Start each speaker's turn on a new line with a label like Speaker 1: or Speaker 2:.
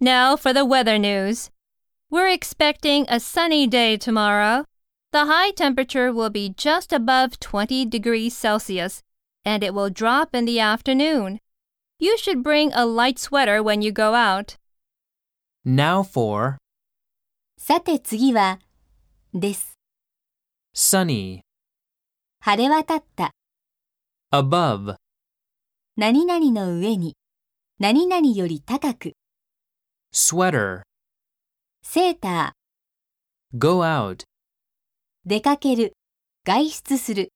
Speaker 1: Now for the weather news. We're expecting a sunny day tomorrow. The high temperature will be just above 20 degrees Celsius, and it will drop in the afternoon. You should bring a light sweater when you go out.
Speaker 2: Now for
Speaker 3: さて次は、です。
Speaker 2: sunny,
Speaker 3: 晴れ渡った、
Speaker 2: above,
Speaker 3: 何々の上に、何々より高く、
Speaker 2: sweater,
Speaker 3: セーター、
Speaker 2: go out.
Speaker 3: 出かける、外出する。